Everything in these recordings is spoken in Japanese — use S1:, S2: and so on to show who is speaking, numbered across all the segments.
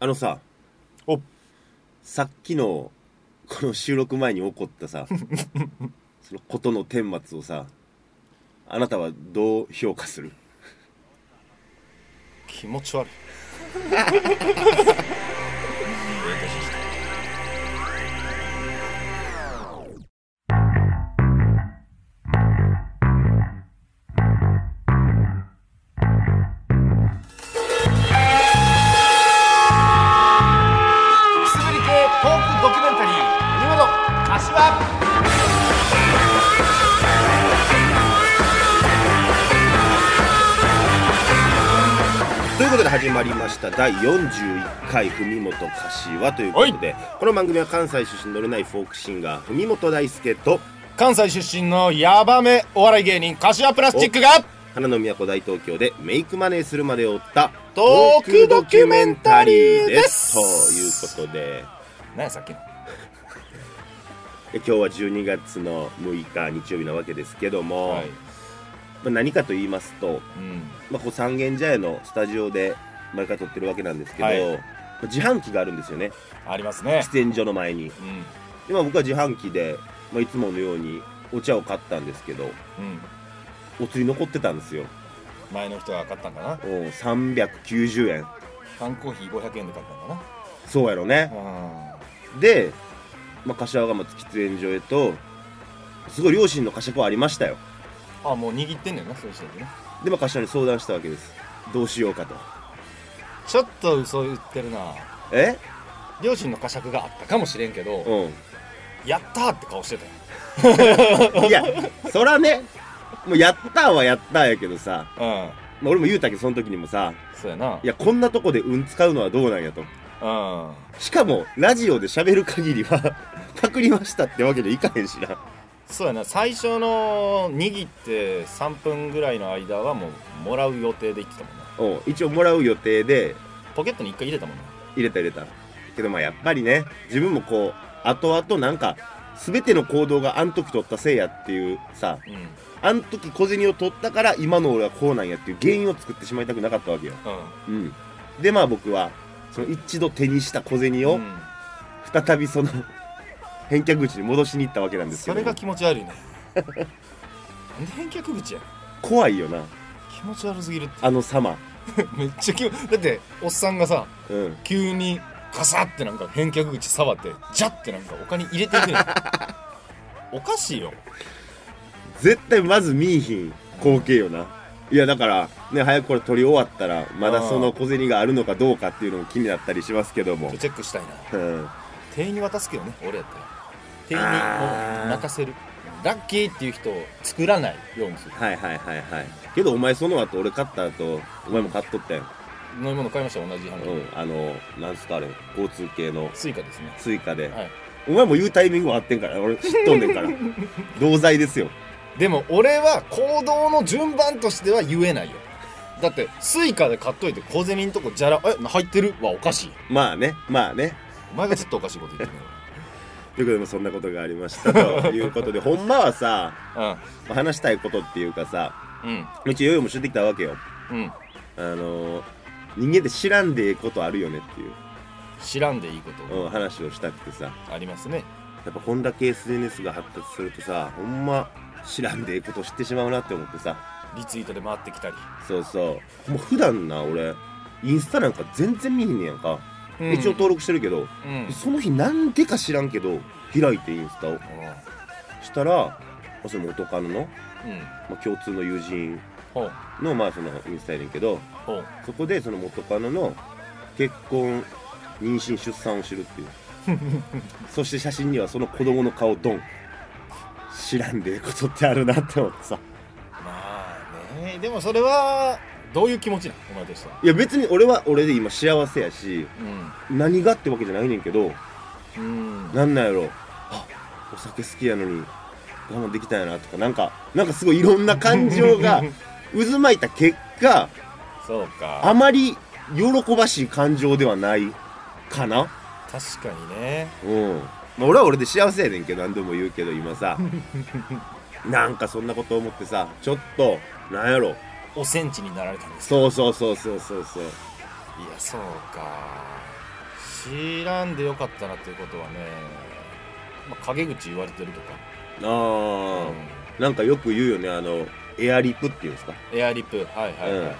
S1: あのさ
S2: お
S1: さっきのこの収録前に起こったさ そのことの顛末をさあなたはどう評価する
S2: 気持ち悪いくすぶり系トークドキュメンタリー「海本柏
S1: ということで始まりました第41回「文元柏」ということでこの番組は関西出身のれないフォークシンガー文元大輔と」
S2: 関西出身のヤバめお笑い芸人柏プラスチックが
S1: 花の都大東京でメイクマネーするまでを追った
S2: トークドキュメンタリーです
S1: ということで
S2: 何やさっきの
S1: で今日は12月の6日日曜日なわけですけども、
S2: はい
S1: まあ、何かと言いますと、
S2: うん
S1: まあ、こう三軒茶屋のスタジオで毎回撮ってるわけなんですけど、
S2: はい
S1: まあ自販機があるんですよね
S2: ありますね
S1: 喫煙所の前に
S2: うん
S1: 今僕は自販機で、まあ、いつものようにお茶を買ったんですけど
S2: うん
S1: お釣り残ってたんですよ
S2: 前の人が買ったんかな
S1: おう390円
S2: 缶コーヒー500円で買ったんか
S1: そうやろね
S2: な
S1: で、まあ、柏が松喫煙所へとすごい両親の呵責はありましたよ
S2: ああもう握ってんねんなそういう人でね
S1: で、まあ、柏に相談したわけですどうしようかと
S2: ちょっと嘘言ってるな
S1: え
S2: 両親の呵責があったかもしれんけど、
S1: うん
S2: やったーって顔してたよ
S1: いや、そらね、もうやったんはやったんやけどさ、
S2: うん
S1: まあ、俺も言うたけど、その時にもさ、
S2: そうやない
S1: や、こんなとこで運使うのはどうなんやと。
S2: うん
S1: しかも、ラジオで喋る限りは、 パクりましたってわけにいかへんしな。
S2: そうやな最初の握って3分ぐらいの間はもうもらう予定で行ってたもんな
S1: うん、一応もらう予定で、
S2: ポケットに1回入れたもんな
S1: 入れた入れた。けどまあ、やっぱりね、自分もこう、後々なんか、すべての行動があん時取ったせいやっていうさ、
S2: うんうん
S1: あん時小銭を取ったから今の俺はこうなんやっていう原因を作ってしまいたくなかったわけよ。うん。でまあ僕は、その一度手にした小銭を、
S2: うん
S1: 再びその返却口に戻しに行ったわけなんですけ
S2: そ
S1: ど
S2: れが気持ち悪いねなんで返却口やねん
S1: 怖いよな
S2: 気持ち悪すぎるって
S1: あの様
S2: めっちゃ気持だっておっさんがさ
S1: うん
S2: 急にガサってなんか返却口触ってジャってなんかお金入れていくねんおかしいよ
S1: 絶対まず見いひん光景よな、いやだからね早くこれ取り終わったらまだその小銭があるのかどうかっていうのも気になったりしますけども
S2: チェックしたいな
S1: うん
S2: 店員に渡すけどね俺やったら店員
S1: あー
S2: にもう泣かせるラッキーっていう人を作らないようにする
S1: はいはいはいはいけどお前その後俺買った後お前も買っとったやん
S2: 飲み物買いました同じ反
S1: う
S2: 応、
S1: んあのなんすかあれ交通系の
S2: スイカですね
S1: 追加で、
S2: はい
S1: お前も言うタイミングはあってんから俺知っとんねん から同罪ですよ
S2: でも俺は行動の順番としては言えないよだってスイカで買っといて小銭のとこじゃらえ入ってるはおかしい
S1: まあねまあね
S2: お前がずっとおかしいこと言ってる
S1: ということでもそんなことがありました ということでほんまはさ
S2: の
S1: 話したいことっていうかさ
S2: うん
S1: うちヨヨも知ってきたわけよ
S2: うんうん
S1: あのー人間って知らんでええことあるよねっていう、
S2: 知らんでいいこ
S1: うん、話をしたくてさや
S2: とありますね
S1: っぱこんだけ SNS が発達するとさほんま知らんでええこと知ってしまうなって思ってさ
S2: リツイートで回ってきたり、
S1: そうそうもう普段な俺インスタなんか全然見ひんねやんか、
S2: うん
S1: 一応登録してるけど
S2: うん
S1: その日なんでか知らんけど開いてインスタをしたらまあそれ元カノの、
S2: うん
S1: まあ、共通の友人
S2: ほう
S1: のまあそのインスタやねんけど
S2: ほう
S1: そこでその元カノの結婚妊娠出産を知るっていうそして写真にはその子供の顔ドン知らんでええことってあるなって思ってさ
S2: まあねでもそれはどういう気持ちなのお前としてはい
S1: や別に俺は俺で今幸せやし
S2: う
S1: 何がってわけじゃないねんけど
S2: ん、
S1: なんなんやろあお酒好きやのに我慢できたんやなとかなんかなんかすごいいろんな感情が渦巻いた結果
S2: そう
S1: あ
S2: か
S1: まり喜ばしい感情ではないかな
S2: 確かにね
S1: うん、まあ、俺は俺で幸せやねんけど何度も言うけど今 さなんかそんなこと思ってさちょっとなんやろ
S2: おセンチになられたんです
S1: そうそうそうそうそうそう
S2: いやそうか知らんでよかったなっていうことはね、まあ、陰口言われてるとか、
S1: あ
S2: う
S1: あなんかよく言うよねあのエアリップっていうんですか
S2: んエアリップはいはいはい、はい
S1: うん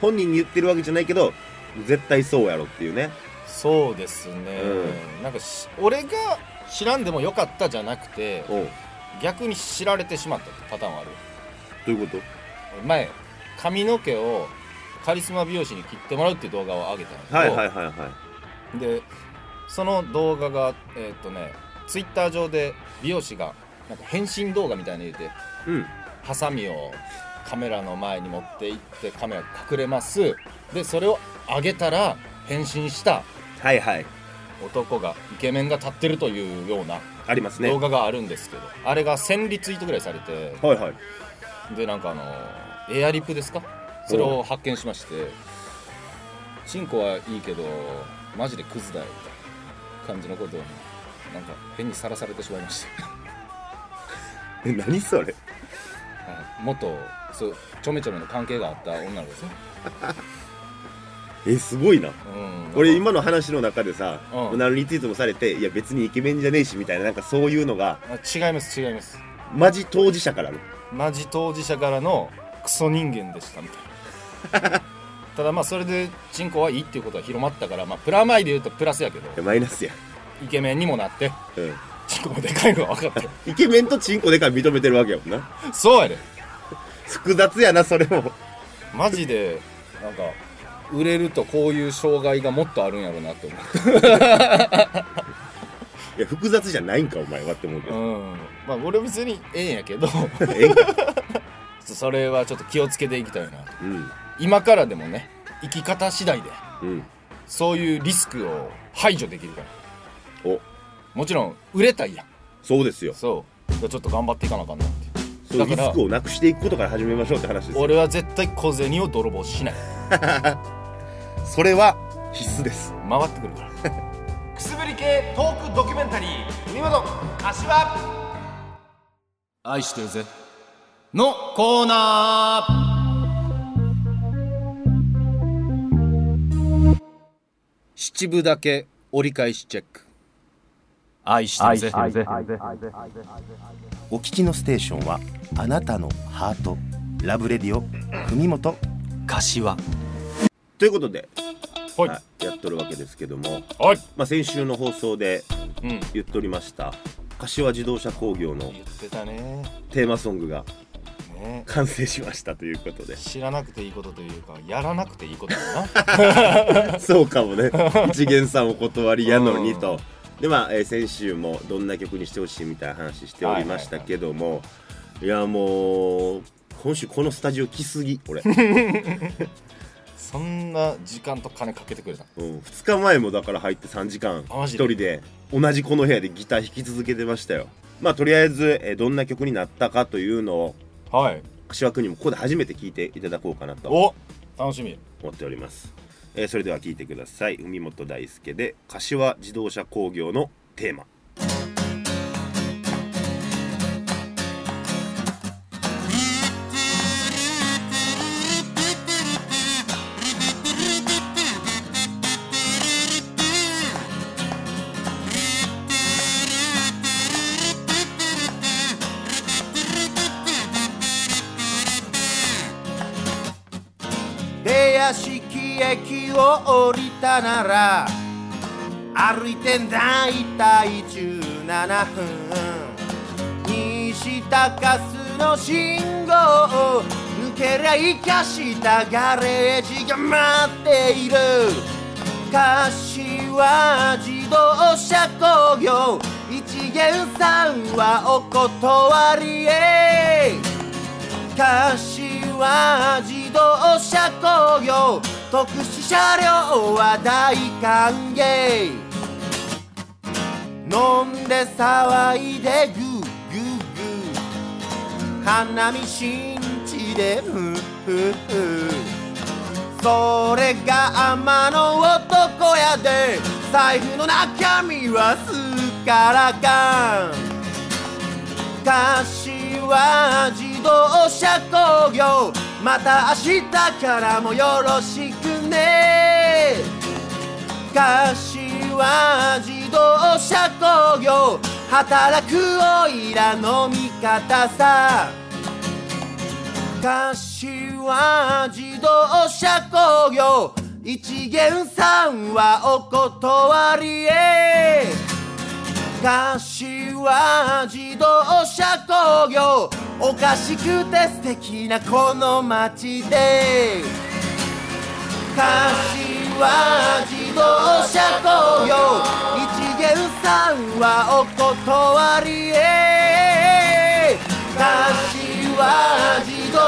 S1: 本人に言ってるわけじゃないけど絶対そうやろっていうね
S2: そうですね、なんかし俺が知らんでもよかったじゃなくて
S1: おう
S2: 逆に知られてしまったってパターンはある
S1: どういうこと
S2: 前髪の毛をカリスマ美容師に切ってもらうっていう動画を上げたんですけど、
S1: はいはいはいはい
S2: でその動画がえーっとねツイッター上で美容師がなんか変身動画みたいなの言うて
S1: うん
S2: ハサミをカメラの前に持って行ってカメラ隠れますでそれを上げたら変身した
S1: はいはい
S2: 男がイケメンが立ってるというような
S1: ありますね
S2: 動画があるんですけど、あれが1000リツイートぐらいされて
S1: はいはい
S2: でなんかあのーエアリップですかそれを発見しましてチンコはいいけどマジでクズだよみたいな感じのことをなんか変にさらされてし まいました
S1: え何それ
S2: はい元そうちょめちょめの関係があった女の子ですね
S1: えすごいな
S2: うん
S1: 俺今の話の中でさ、
S2: うん
S1: 何リツイートもされていや別にイケメンじゃねえしみたいななんかそういうのが
S2: あ違います違います
S1: マジ当事者からの
S2: マジ当事者からのクソ人間でしたみたいなただまあそれでチンコはいいっていうことは広まったからまあプラマイで言うとプラスやけど
S1: いやマイナスや、
S2: イケメンにもなって
S1: う
S2: チンコがでかいのが分かって
S1: ん、イケメンとチンコでかい認めてるわけやもんな
S2: そうやで
S1: 複雑やなそれも
S2: マジでなんか売れるとこういう障害がもっとあるんやろうなって思
S1: いや複雑じゃないんかお前はって思うけど、
S2: う、うん、まあ俺は別にええんやけど
S1: ええんか
S2: それはちょっと気をつけていきたいな
S1: うん
S2: 今からでもね生き方次第で
S1: うん
S2: そういうリスクを排除できるから
S1: お
S2: もちろん売れたいやん
S1: そうですよ
S2: そうだからちょっと頑張っていかなあかんなって
S1: その
S2: だ
S1: リ
S2: から
S1: スクをなくしていくことから始めましょうって話ですよ
S2: 俺は絶対小銭を泥棒しない
S1: それは必須です
S2: 回ってくるから
S3: くすぶり系トークドキュメンタリー海本足は
S2: 愛してるぜのコーナー七分だけ折り返しチェック愛してるぜ
S4: お聞きのステーションはあなたのハートラブレディオ文元
S2: 柏
S1: ということで、
S2: ほい
S1: はい、やっとるわけですけども、
S2: はい
S1: まあ、先週の放送で
S2: うん言
S1: 言っておりました柏自動車工業の
S2: ってたね
S1: テーマソングが
S2: ね
S1: 完成しましたということで
S2: 知らなくていいことというかやらなくていいことだな
S1: そうかもね一元さんお断りやのにとでまあ、えー先週もどんな曲にしてほしいみたいな話しておりましたけども、いやもう今週このスタジオ来すぎ 俺、うん、
S2: そんな時間と金かけてくれた
S1: 2日前もだから入って3時間
S2: あマ
S1: 1
S2: ジで
S1: 人で同じこの部屋でギター弾き続けてましたよまあとりあえず、えーどんな曲になったかというのを
S2: はい
S1: 柏君にもここで初めて聞いていただこうかなと
S2: お楽しみ
S1: 思っております、えーそれでは聞いてください海本大輔で柏自動車工業のテーマ
S4: 出屋敷駅を降りたなら歩いてだいたい17分西高須の信号を抜けりゃ生かしたガレージが待っている柏自動車工業一元さんはお断りへ柏自動車工業特殊車両は大歓迎飲んで騒いでグーグーグー花見新地でフーフーフーそれが天の男やで財布の中身はすっからかん柏自動車工業また明日からもよろしくね柏は自動車工業働くおいらの味方さ柏自動車工業一元さんはお断りへ柏自動車工業おかしくて素敵なこの街で柏自動車工業一元さんはお断りへ柏自動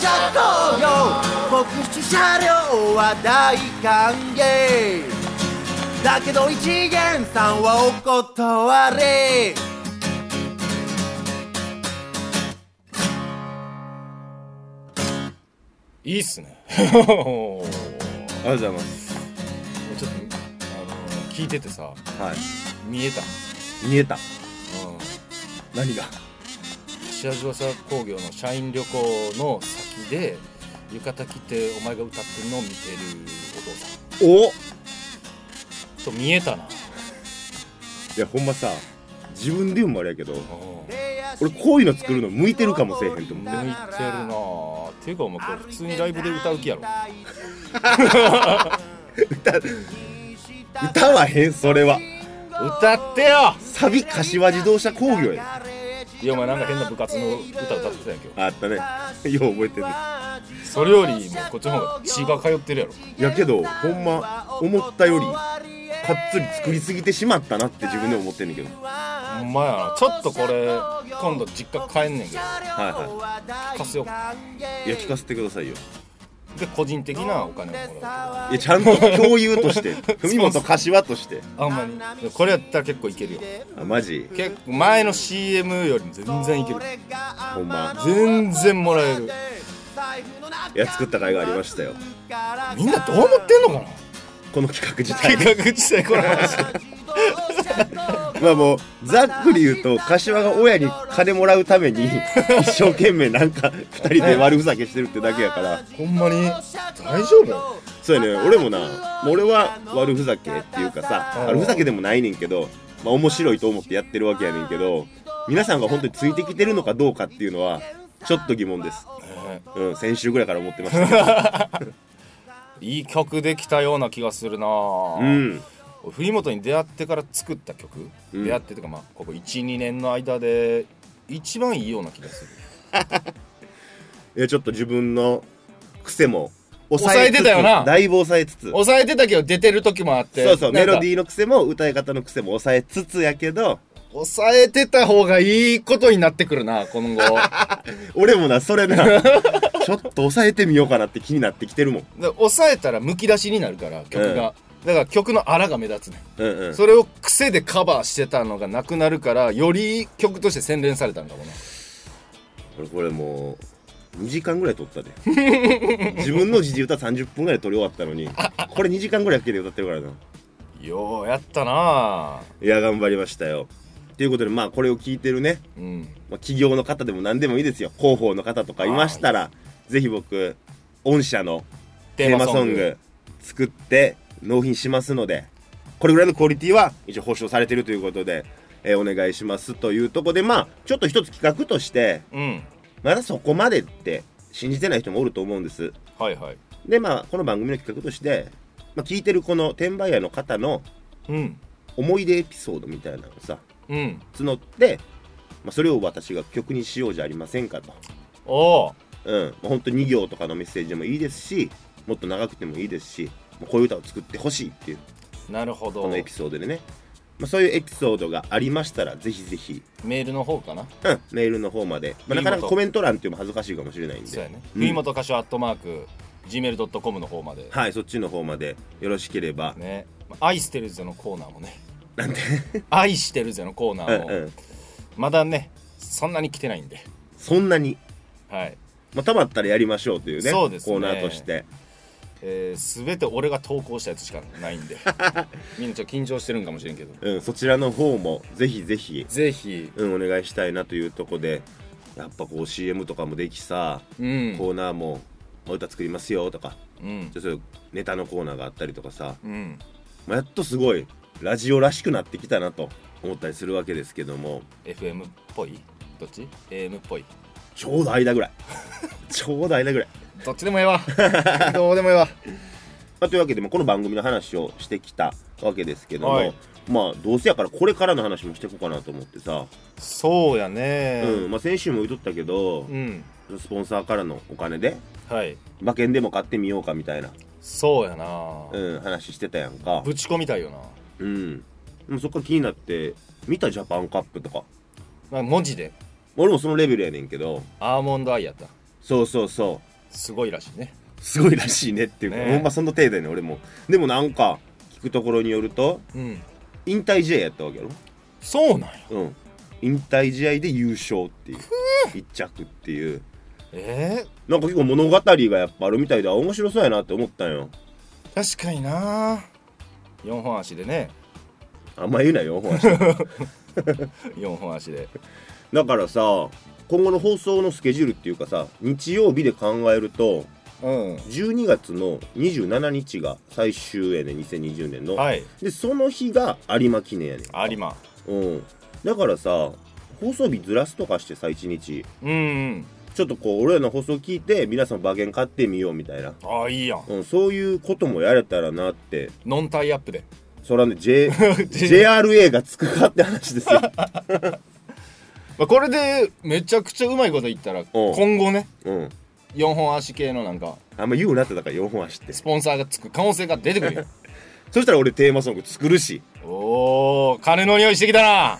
S4: 車工業国出車両は大歓迎だけど一元さんはお断り
S2: いいっす ねも
S1: あ
S2: う
S1: りがとうございます
S2: ちょっとあの聞いててさ
S1: はい
S2: 見えた、
S1: 見えた
S2: うん、
S1: 何が
S2: 白島さ工業の社員旅行の先で浴衣着てお前が歌ってるのを見てるお父さん
S1: お
S2: と見えたない
S1: やほんまさ自分で言うのもあれやけど
S2: うん
S1: 俺こういうの作るの向いてるかもしれへんと思う
S2: 向いてるなあていうかお前これ普通にライブで歌う気 やろ
S1: 歌わへんそれは
S2: 歌ってよ
S1: サビ柏自動車工業や
S2: いやお前なんか変な部活の歌歌ってたやんけ
S1: あったね よう覚えてる
S2: それよりもこっちの方が血が通ってるやろ
S1: いやけどほんま思ったよりかっつり作りすぎてしまったなって自分で思ってんねんけど
S2: ほんまやなちょっとこれ今度実家帰んねんけど
S1: はいは
S2: 聞かせよう
S1: いいや聞かせてくださいよ
S2: で個人的なお金をもらう
S1: いやちゃんと共有として 文元柏として
S2: あんまりこれやったら結構いけるよ
S1: あマジ
S2: 結構前の CM よりも全然いける
S1: ほんま
S2: 全然もらえる
S1: いや作った甲斐がありましたよ
S2: みんなどう思ってんの かな
S1: この企画自体
S2: 計画自体この話
S1: まあもうざっくり言うと柏が親に金もらうため に一生懸命なんか2人で悪ふざけしてるってだけやから
S2: ほんまに大丈夫
S1: そうやね俺もなもう俺は悪ふざけっていうかさ
S2: うん
S1: 悪ふざけでもないねんけど、まあ、面白いと思ってやってるわけやねんけど皆さんが本当についてきてるのかどうかっていうのはちょっと疑問です、
S2: ね
S1: うん、先週ぐらいから思ってましたけ ど
S2: いい曲できたような気がするなぁ
S1: うん
S2: 冬本に出会ってから作った曲、
S1: うん
S2: 出会ってとかまあここ12年の間で一番いいような気がする
S1: いやちょっと自分の癖も抑つつ
S2: 抑えてたよな
S1: だいぶ抑えつつ
S2: 抑えてたけど出てる時もあって
S1: そうそうメロディ
S2: ー
S1: ーの癖も歌い方の癖も抑えつつやけど
S2: 抑えてた方がいいことになってくるな今後
S1: 俺もなそれ なちょっと抑えてみようかなって気になってきてるもん
S2: で抑えたらむき出しになるから曲が、だから曲のあらが目立つね
S1: うんうん
S2: それを癖でカバーしてたのがなくなるからより曲として洗練されたんだもんな
S1: 俺これもう2時間ぐらい撮ったで自分の自由歌30分ぐらい撮り終わったのにこれ2時間ぐらいかけて歌ってるからな
S2: ようやったない
S1: や頑張りましたよということでまあこれを聞いてるね、
S2: うん
S1: まあ、企業の方でも何でもいいですよ広報の方とかいましたらぜひ僕御社のテーマソング作って納品しますのでこれぐらいのクオリティは一応保証されてるということで、えーお願いしますというとこでまあちょっと一つ企画として
S2: うん
S1: まだそこまでって信じてない人もおると思うんです
S2: はいはい
S1: でまあこの番組の企画として、まあ、聞いてるこの転売屋の方の
S2: うん
S1: 思い出エピソードみたいなのをさ
S2: うん
S1: 募って、まあ、それを私が曲にしようじゃありませんかと、
S2: おお
S1: うんまあ、ほんと2行とかのメッセージでもいいですしもっと長くてもいいですしもうこういう歌を作ってほしいっていう
S2: なるほ
S1: こ
S2: ど
S1: のエピソードでね、まあ、そういうエピソードがありましたらぜひぜひ、
S2: メールの方かな
S1: うん、メールの方まで、まあ、なかなかコメント欄っていうのも恥ずかしいかもしれないん
S2: そうや
S1: で
S2: ね、
S1: うん
S2: 冬本歌手アットマーク Gmail.com の方まで
S1: はいそっちの方までよろしければ、
S2: ね愛してるぜのコーナーもね
S1: なんで
S2: 愛してるぜのコーナ
S1: うん
S2: ーも、
S1: うん
S2: まだねそんなに来てないんで
S1: そんなに、
S2: はい
S1: まあ、たまったらやりましょうというね
S2: そうですね
S1: コーナーとして
S2: えー、全て俺が投稿したやつしかな いんでみんなちょっと緊張してるんかもしれんけど
S1: うん、そちらの方もぜひぜひ、
S2: ぜひ
S1: うん、お願いしたいなというとこでやっぱこう CM とかもできさ、
S2: うん
S1: コーナーも「お歌作りますよ」とか
S2: うん
S1: ちょっとネタのコーナーがあったりとかさ、
S2: うん
S1: まあ、やっとすごいラジオらしくなってきたなと思ったりするわけですけども
S2: FM っぽいどっち ?AM っぽい
S1: ちょうど間 ぐらいちょうど間ぐらい、
S2: どっちでもええ わどうでもええわ
S1: まあ、というわけで、まあこの番組の話をしてきたわけですけども、
S2: はい
S1: まあどうせやからこれからの話もしていこうかなと思ってさ、
S2: そうやね
S1: うんまあ、先週も言っとったけど
S2: う、ん
S1: スポンサーからのお金で
S2: はい
S1: 馬券でも買ってみようかみたいな、
S2: そうやな、
S1: うん、話してたやんか
S2: ぶち込みたいよな
S1: うんもうそっから気になって見たジャパンカップとか
S2: まあ、文字で
S1: 俺もそのレベルやねんけど
S2: アーモンドアイやった
S1: そうそうそ
S2: すごいらしいね
S1: うすごいらしいねっていうか、
S2: ねえ
S1: ほんまその程度やねん俺もでもなんか聞くところによると
S2: うん
S1: 引退試合やったわけやろ
S2: そうなんや
S1: うん引退試合で優勝っていう一着っていう
S2: え
S1: なんか結構物語がやっぱあるみたいであ面白そうやなって思ったんよ
S2: ー、確かにな4本足でね
S1: あんま言うなよほら だ
S2: 4本足で
S1: からさ今後の放送のスケジュールっていうかさ日曜日で考えると
S2: うん
S1: 12月の27日が最終やねん2020年の、
S2: はい
S1: でその日が有馬記念やねん
S2: 有馬
S1: うん、だからさ放送日ずらすとかしてさ1日
S2: うんうん
S1: ちょっとこう俺らの放送聞いて皆さん馬券買ってみようみたいな、
S2: ああいいやん
S1: うん、そういうこともやれたらなって
S2: ノンタイアップで
S1: そらね、J、JRA がつくかって話です よ、
S2: まあ、これでめちゃくちゃうまいこと言ったら今後ね
S1: うん、
S2: 4本足系のなんか
S1: あんま言うなってだから4本走って
S2: スポンサーがつく可能性が出てくるよ
S1: そしたら俺テーマソング作るし
S2: おお金の匂いしてきたな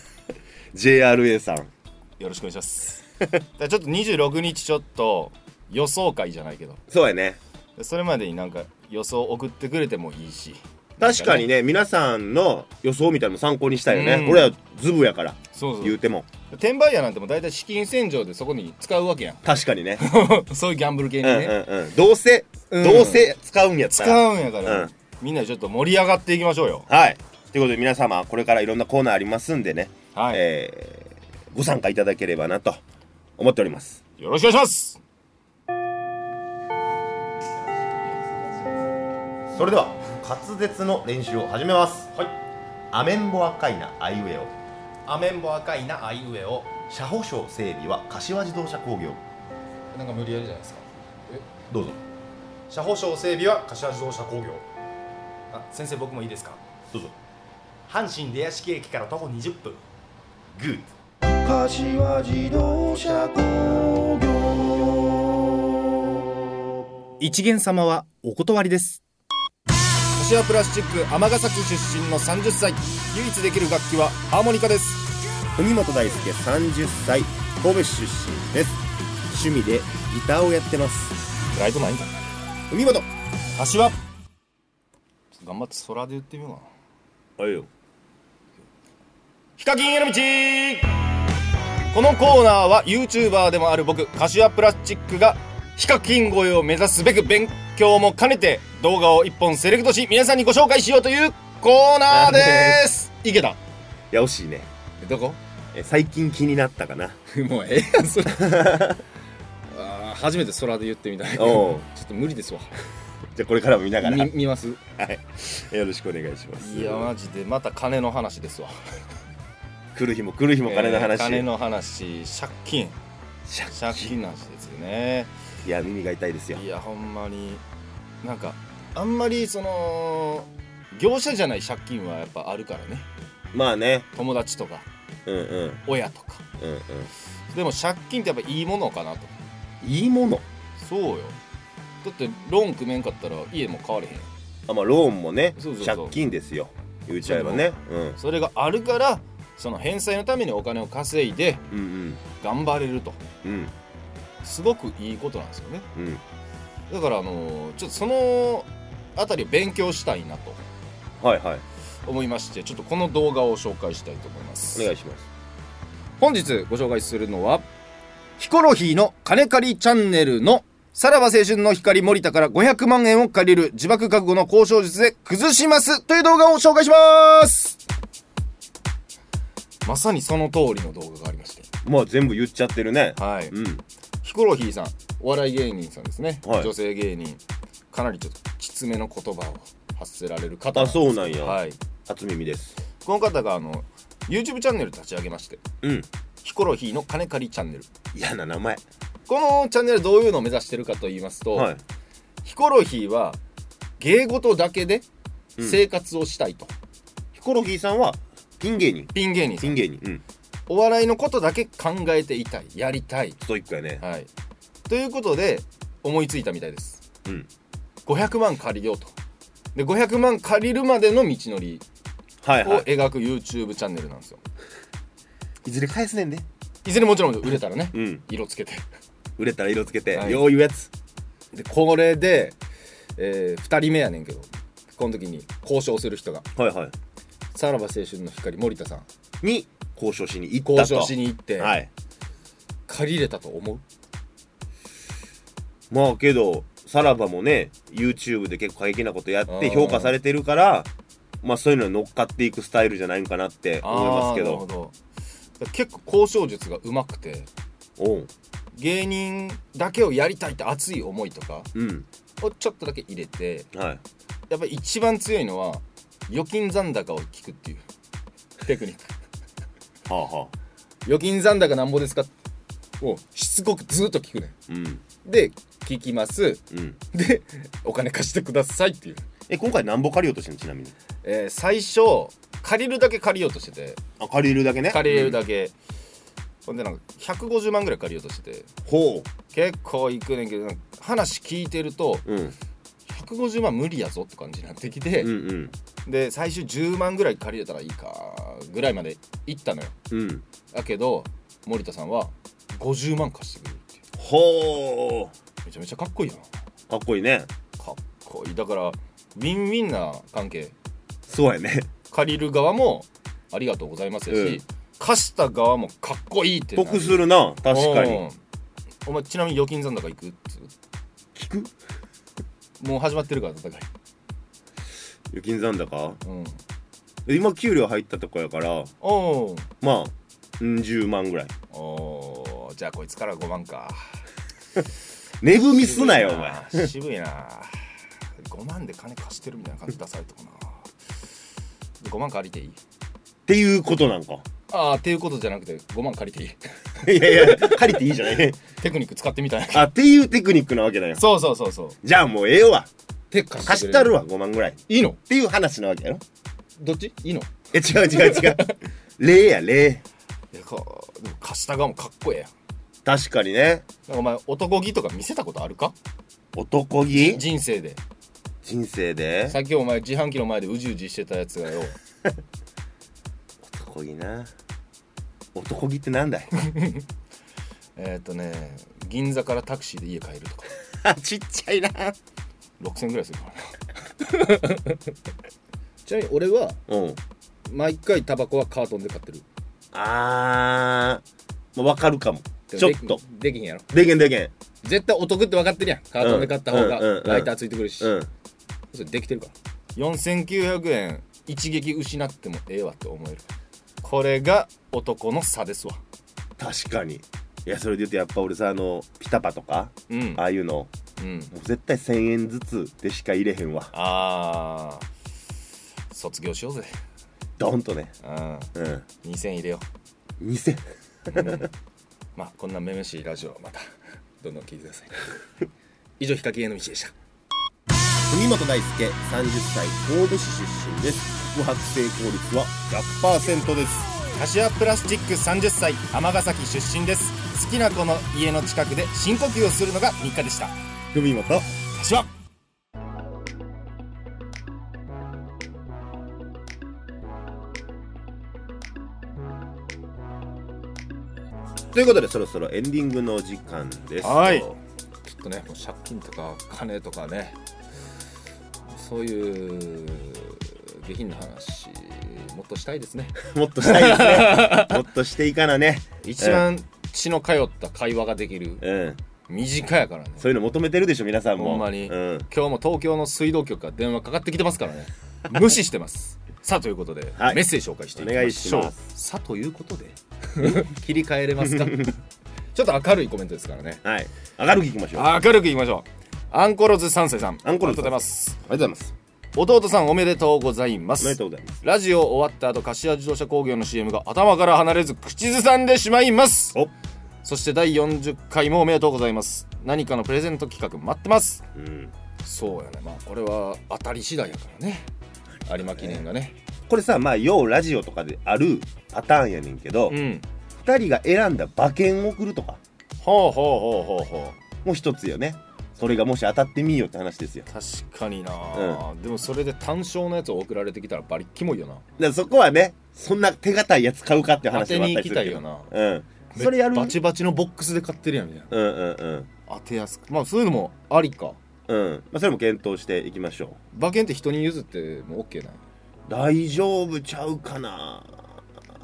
S1: JRA さん
S2: よろしくお願いします じゃあちょっと26日ちょっと予想会じゃないけど
S1: そうやね
S2: それまでになんか予想送ってくれてもいいし
S1: 確かにね皆さんの予想みたいなのも参考にしたいよね、
S2: うん
S1: 俺はズブやから
S2: そうそ
S1: 言う
S2: う
S1: ても
S2: 転売屋なんてもう大体資金洗浄でそこに使うわけやん
S1: 確かにね
S2: そういうギャンブル系に
S1: う
S2: ね、
S1: んうんうんどうせ、
S2: うん
S1: どうせ使うんやったら
S2: 使うんやから、
S1: うん
S2: みんなでちょっと盛り上がっていきましょうよ
S1: はい。ということで皆様、これからいろんなコーナーありますんでね、
S2: はい、
S1: えーご参加いただければなと思っております。
S2: よろしくお願いします
S1: それでは、滑舌の練習を始めます。
S3: はい
S1: アメンボ赤いなアイウェオ。
S3: アメンボ赤いなあいうえを
S1: 車保証整備は柏自動車工業。
S3: なんか無理やりじゃないですか
S1: どうぞ。
S3: 車保証整備は柏自動車工業あ先生僕もいいですか
S1: どうぞ。
S3: 阪神出屋敷駅から徒歩20分
S1: グー。
S5: 柏自動車工業
S3: 一元様はお断りです
S2: 柏プラスチック尼崎出身の30歳唯一できる楽器はハーモニカです
S1: 文本大輔30歳、神戸市出身です。趣味でギターをやってます。
S2: フライトないんか
S1: 文本
S2: 柏頑張って空で言ってみようかな
S1: はいよ。
S2: ヒカキンへの道このコーナーは YouTuber でもある僕柏プラスチックがヒカキン越えを目指すべく勉強も兼ねて動画を一本セレクトし皆さんにご紹介しようというコーナーですいけた
S1: いや、惜しいね。
S2: どこ
S1: え最近気になった かな。
S2: もうええやんそれ あー初めて空で言ってみたい
S1: おう
S2: ちょっと無理ですわ
S1: じゃあこれからも見ながら、
S2: み見ます
S1: よろしくお願いします。
S2: いやマジでまた金の話ですわ
S1: 来る日も来る日も金の話、
S2: えー金の話借金
S1: 借金
S2: 借金の話ですよね
S1: いや耳が痛いですよ
S2: いやほんまになんかあんまりその業者じゃない借金はやっぱあるからね
S1: まあね
S2: 友達とか
S1: うんうんうん
S2: 親とか
S1: うん
S2: でも借金ってやっぱいいものかなと
S1: いいもの
S2: そうよだってローン組めんかったら家も買われへんやん
S1: あまあローンもね
S2: そうそうそう
S1: 借金ですよ言っちゃえばねうん
S2: それがあるからその返済のためにお金を稼いで
S1: うん
S2: 頑張れると
S1: うんうん
S2: すごくいいことなんですよね
S1: うん
S2: だからあのちょっとそのあたりを勉強したいなと
S1: はいはい
S2: 思いましてちょっとこの動画を紹介したいと思います
S1: お願いします
S2: 本日ご紹介するのはヒコロヒーの金借りチャンネルのさらば青春の光森田から500万円を借りる自爆覚悟の交渉術で崩しますという動画を紹介しますまさにその通りの動画がありまして
S1: まあ全部言っちゃってるね
S2: はい
S1: うん
S2: ヒコロヒーさんお笑い芸人さんですね、
S1: はい
S2: 女性芸人かなりちょっときつめの言葉を発せられる方
S1: あ
S2: なんですけど
S1: そうなんや
S2: はい
S1: 初耳です
S2: この方があの YouTube チャンネル立ち上げまして
S1: うん
S2: ヒコロヒーの金借りチャンネル
S1: 嫌な名前
S2: このチャンネルどういうのを目指してるかと言いますと、
S1: はい
S2: ヒコロヒーは芸事だけで
S1: うん
S2: 生活をしたいと、
S1: ヒコロヒーさんはピン芸人
S2: ピン芸人さ
S1: ピ
S2: ん
S1: ン芸人うん
S2: お笑いのことだけ考えていたいやりたい
S1: ストイックやね
S2: はいということで思いついたみたいです
S1: うん
S2: 500万借りようとで500万借りるまでの道のり
S1: はい
S2: を
S1: は
S2: 描く YouTube チャンネルなんですよ
S1: いいずれ返すねんね
S2: いずれもちろん売れたらね
S1: うん
S2: 色つけて
S1: 売れたら色つけて、
S2: はい
S1: よう言うやつ
S2: でこれで、え2人目やねんけどこの時に交渉する人が
S1: はいはい
S2: さらば青春の光森田さん
S1: に交渉しに行ったと
S2: 交渉しに行って、
S1: はい
S2: 借りれたと思う
S1: まあけどさらばもね YouTube で結構過激なことやっ
S2: あ
S1: て
S2: ー
S1: 評価されてるからまあそういうのに乗っかっていくスタイルじゃないんかなって思いますけ
S2: あーなるほ
S1: ど
S2: ど結構交渉術がうまくて
S1: おう
S2: 芸人だけをやりたいって熱い思いとか
S1: うん
S2: をちょっとだけ入れて
S1: はい
S2: やっぱり一番強いのは預金残高を聞くっていうテク ニック
S1: はあはあ
S2: 預金残高なんぼですかをしつこくずっと聞くね
S1: うん
S2: んで聞きます
S1: うん
S2: でお金貸してくださいっていう、
S1: え今回何ぼ借りようとしてんのちなみに
S2: えー最初借りるだけ借りようとしてて
S1: あ借りるだけね
S2: 借りれる
S1: け、
S2: だけ、ほんでなんか150万ぐらい借りようとしてて
S1: うんほ
S2: 結構いくねんけどなんか話聞いてると
S1: う、うん、
S2: 150万無理やぞって感じになってきて、
S1: うんうん
S2: で最終10万ぐらい借りれたらいいかぐらいまで行ったのよ
S1: うん
S2: だけど森田さんは50万貸してくれるってい
S1: ほ
S2: うめちゃめちゃかっこいいよな
S1: うかっこいいね
S2: かっこいいだからウィンウィンな関係
S1: そうや ね
S2: 借りる側もありがとうございますやし、
S1: うん
S2: 貸した側もかっこいいってなる
S1: 得するな確か
S2: う
S1: に
S2: んお前ちなみに預金残高いくって
S1: 聞く
S2: もう始まってるから戦い
S1: 預金残高
S2: うん
S1: 今給料入ったとこやから
S2: おう
S1: まあうん10万ぐらい
S2: おーじゃあこいつから5万か
S1: 値踏みすなよお前
S2: 前渋いな5万で金貸してるみたいな感じ出されてもな5万借りていい
S1: っていうことなんか
S2: ああっていうことじゃなくて5万借りていい
S1: いやいや借りていいじゃない
S2: テクニック使ってみたいな
S1: あっていうテクニックなわけだよ
S2: そうそうそうそう
S1: じゃあもうええわ
S2: 手
S1: 貸
S2: 貸して
S1: し
S2: くれ
S1: たるわ5万ぐらいっ
S2: いいの
S1: ていう話なわけやろ
S2: どっちいいの
S1: え違う違う違う 例や例
S2: いやこうでも貸した側もかっこええやん
S1: 確かにね
S2: なんかお前男気とか見せたことあるか
S1: 男気
S2: 人生で
S1: 人生で
S2: さっきお前自販機の前でうじうじしてたやつがよ
S1: 男気な男気ってなんだい
S2: えーっとね銀座からタクシーで家帰るとか
S1: あ ちっちゃいな
S2: 6000円ぐらいするからな ちなみに俺は
S1: うん
S2: 毎回タバコはカートンで買ってる
S1: あー、まあ、わかるかもちょっと
S2: できへんやろ
S1: でけんでけん
S2: 絶対お得って分かってるやんカートンで買った方が
S1: うんうんうんうん
S2: ライターついてくるし、
S1: うん
S2: それできてるから4900円一撃失ってもええわって思えるこれが男の差ですわ
S1: 確かにいやそれで言うとやっぱ俺さあのピタパとか
S2: うん
S1: ああいうの
S2: うん
S1: もう絶対1000円ずつでしか入れへんわ
S2: あー卒業しようぜ
S1: ドンとね
S2: うん
S1: うん
S2: 2000入れよ
S1: 2000
S2: う、うん、まあこんなめめしいラジオまたどんどん聞いてください以上ヒカキンへの道でした
S1: 文本大輔30歳神戸市出身です宿泊成功率は100%です
S2: 柏プラスチック30歳尼崎出身です好きな子の家の近くで深呼吸をするのが日課でした
S1: 文本
S2: 柏
S1: ということでそろそろエンディングのお時間です
S2: はいちょっとねもう借金とか金とかねそういう下品な話もっとしたいです ね
S1: もっとしたい ですねもっとしていかなね
S2: 一番血の通った会話ができる
S1: うん
S2: 身近やからね
S1: そういうの求めてるでしょ皆さんも
S2: ほんまに、
S1: うん
S2: 今日も東京の水道局から電話かかってきてますか らね無視してますさあということで、
S1: はい
S2: メッセージ紹介していき
S1: お願
S2: ま
S1: い
S2: し
S1: し
S2: ょ
S1: ま
S2: うさあということで 切り替え れますかちょっと明るいコメントですからね
S1: はい明るくいきましょうあ
S2: 明るくいきましょうアンコロズ3歳さん
S1: アンコロズ
S2: ありがとうございます
S1: りがとうございます
S2: 弟さんおめでとうございま
S1: おめですとうございます
S2: ラジオ終わった後柏自動車工業の CM が頭から離れず口ずさんでしまいます
S1: お
S2: そして第40回もおめでとうございます何かのプレゼント企画待ってます
S1: うん
S2: そうやねまあこれは当たり次第やから ね有馬記念がね
S1: これさまあ要ラジオとかであるパターンやねんけど、
S2: うん
S1: 2人が選んだ馬券を送るとか
S2: ほうほうほうほうほう
S1: もう一つよねそれがもし当たってみんよって話ですよだか
S2: 確かにな、でもそれで単勝のやつを送られてきたらバリッキモいよな
S1: らそこはねそんな手堅いやつ買うかっていう
S2: 当
S1: 話
S2: て
S1: もあっ
S2: に
S1: た
S2: 行
S1: り
S2: き
S1: す
S2: た
S1: る
S2: い
S1: け
S2: よ
S1: ど
S2: な
S1: うんそれやる
S2: バチバチのボックスで買ってるやんみたいな
S1: うんうんうん
S2: 当てやすくまあそういうのもありか
S1: うん、まあ、それも検討していきましょう
S2: 馬券って人に譲っても OK な
S1: 大丈夫ちゃうかな、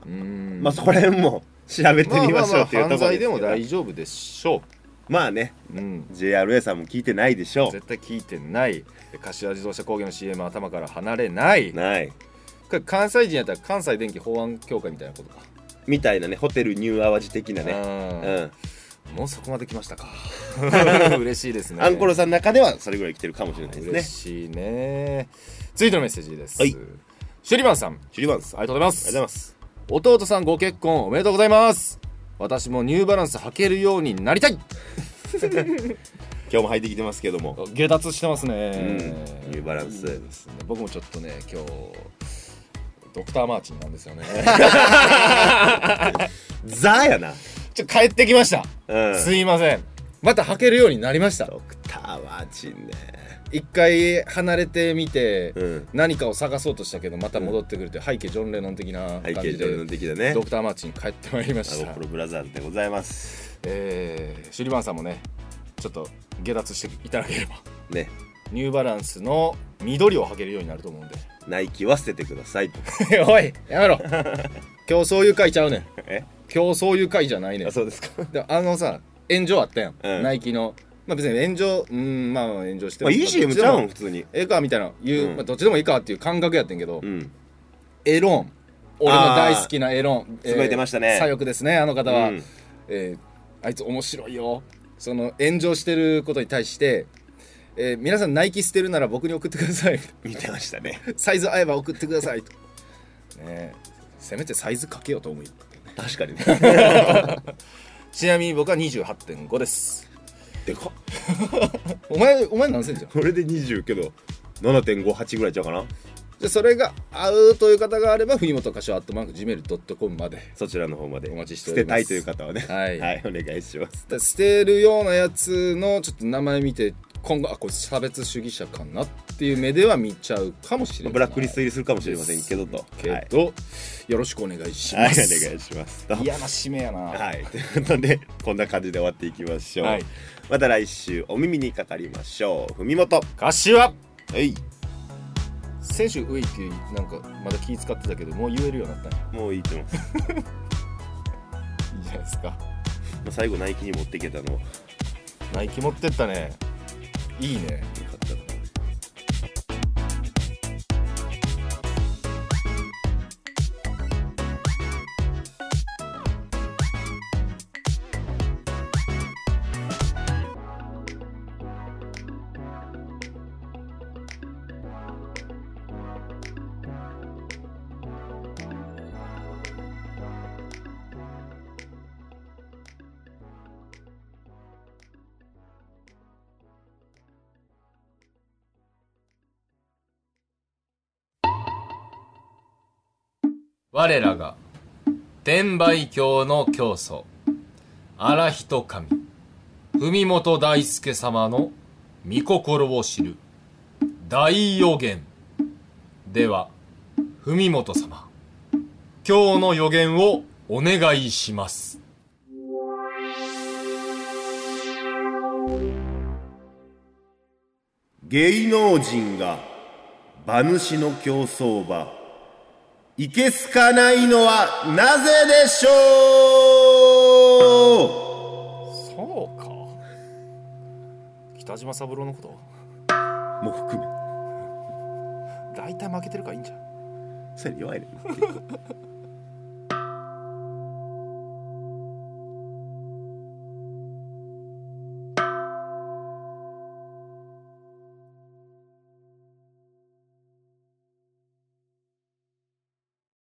S2: うーん
S1: まあそこら辺も調べてみましょうっていうところ
S2: まあまあまあ犯罪
S1: すけ
S2: で
S1: ど
S2: も大丈夫でしょ
S1: まあね
S2: う、うん、
S1: JRA さんも聞いてないでしょ
S2: 絶対聞いてない柏自動車工業の CM 頭から離れないう
S1: ない
S2: これ関西人やったら関西電気法案協会みたいなことか
S1: みたいなねホテルニューアワジ的なねう
S2: ね、
S1: ん
S2: うん、もうそこまで来まし たか嬉しいですね
S1: アンコロさんの中ではそれぐらい来てるかもしれないですね
S2: 嬉しいね続いてのメッセージです、
S1: はい
S2: シュリバンさんあ
S1: シュリバンスあ
S2: りがとうございま
S1: り
S2: す
S1: がとうございます
S2: 弟さんご結婚おめでとうございます私もニューバランス履けるようになりたい
S1: 今日も入ってきてますけども
S2: 下脱してますね、
S1: うんニューバランス
S2: いいですね僕もちょっとね今日ドクターマーチンなんですよね
S1: ザやな
S2: ちょ帰ってきました、
S1: うん
S2: すいませんまた履けるようになりました
S1: ドクターワーチンね
S2: 一回離れてみて、
S1: うん
S2: 何かを探そうとしたけどまた戻ってくるって、背景ジョン・レノン的な
S1: 背
S2: 感
S1: 景
S2: じ
S1: 上の
S2: で
S1: 的だね
S2: ドクター・マーチン帰ってまいりま
S1: ア
S2: し
S1: ゴ
S2: た
S1: プロブラザーズでございます
S2: えーシュリバンさんもねちょっと下脱していただければ
S1: ね
S2: ニューバランスの緑を履けるようになると思 うんで
S1: ナイキは捨ててくださいと
S2: おいや めろ今日そういう回ちゃうねん
S1: え
S2: 今日そういう回じゃないねん
S1: あそうです か
S2: であのさ炎上あったやん、
S1: うん
S2: ナイキのまあ別に炎上うんまあ炎上して
S1: まあ
S2: も
S1: いい CM ちゃうん
S2: どっ
S1: 普通に
S2: ちでもええかみたいな言う、
S1: うん
S2: まあ、どっちでもいいかっていう感覚やってんけど、
S1: うん
S2: エロン俺の大好きなエロン
S1: すごい出ましたね
S2: 左翼ですねあの方は、
S1: うん
S2: えーあいつ面白いよその炎上してることに対して、えー皆さんナイキ捨てるなら僕に送ってください
S1: 見てましたね
S2: サイズ合えば送ってくださいと、ねえ、せめてサイズかけようと思うよ
S1: 確かにね
S2: ちなみに僕は28.5です
S1: でかっ
S2: お前お前何センチよ
S1: これで20けど7.58ぐらいちゃうかな
S2: でそれが合うという方があれば文本柏アットマーク Gmail.com まで
S1: そちらの方まで
S2: お待ちして
S1: 捨
S2: おり
S1: てた
S2: ます
S1: いという方はね
S2: はい
S1: お願いします
S2: だ捨てるようなやつのちょっと名前見て今後あこれ差別主義者かなっていう目では見ちゃうかもしれない
S1: ブラックリスト入りするかもしれませんけどと
S2: け
S1: はい
S2: ど、よろしくお願いし
S1: はい
S2: ま
S1: お
S2: す、
S1: 願いしますと
S2: 嫌な締めやな、
S1: はいということでこんな感じで終わっていきましょう
S2: はい
S1: また来週お耳にかかりましょう文元
S2: 柏
S1: はい
S2: 選手ウイってなんかまだ気使ってたけどもう言えるようになったんや
S1: もういいと思います
S2: いいじゃないですか
S1: もう最後ナイキに持っていけたのは
S2: ナイキ持ってったねいいね
S1: 良かったな
S6: 我らが天売教の教祖荒人神文本大輔様の御心を知る大予言では文本様今日の予言をお願いします
S1: 芸能人が馬主の競走馬いけすかないのはなぜでしょう
S2: そうか北島三郎のこと
S1: もう含め
S2: 大体負けてるからいいんじゃん
S1: それ弱いね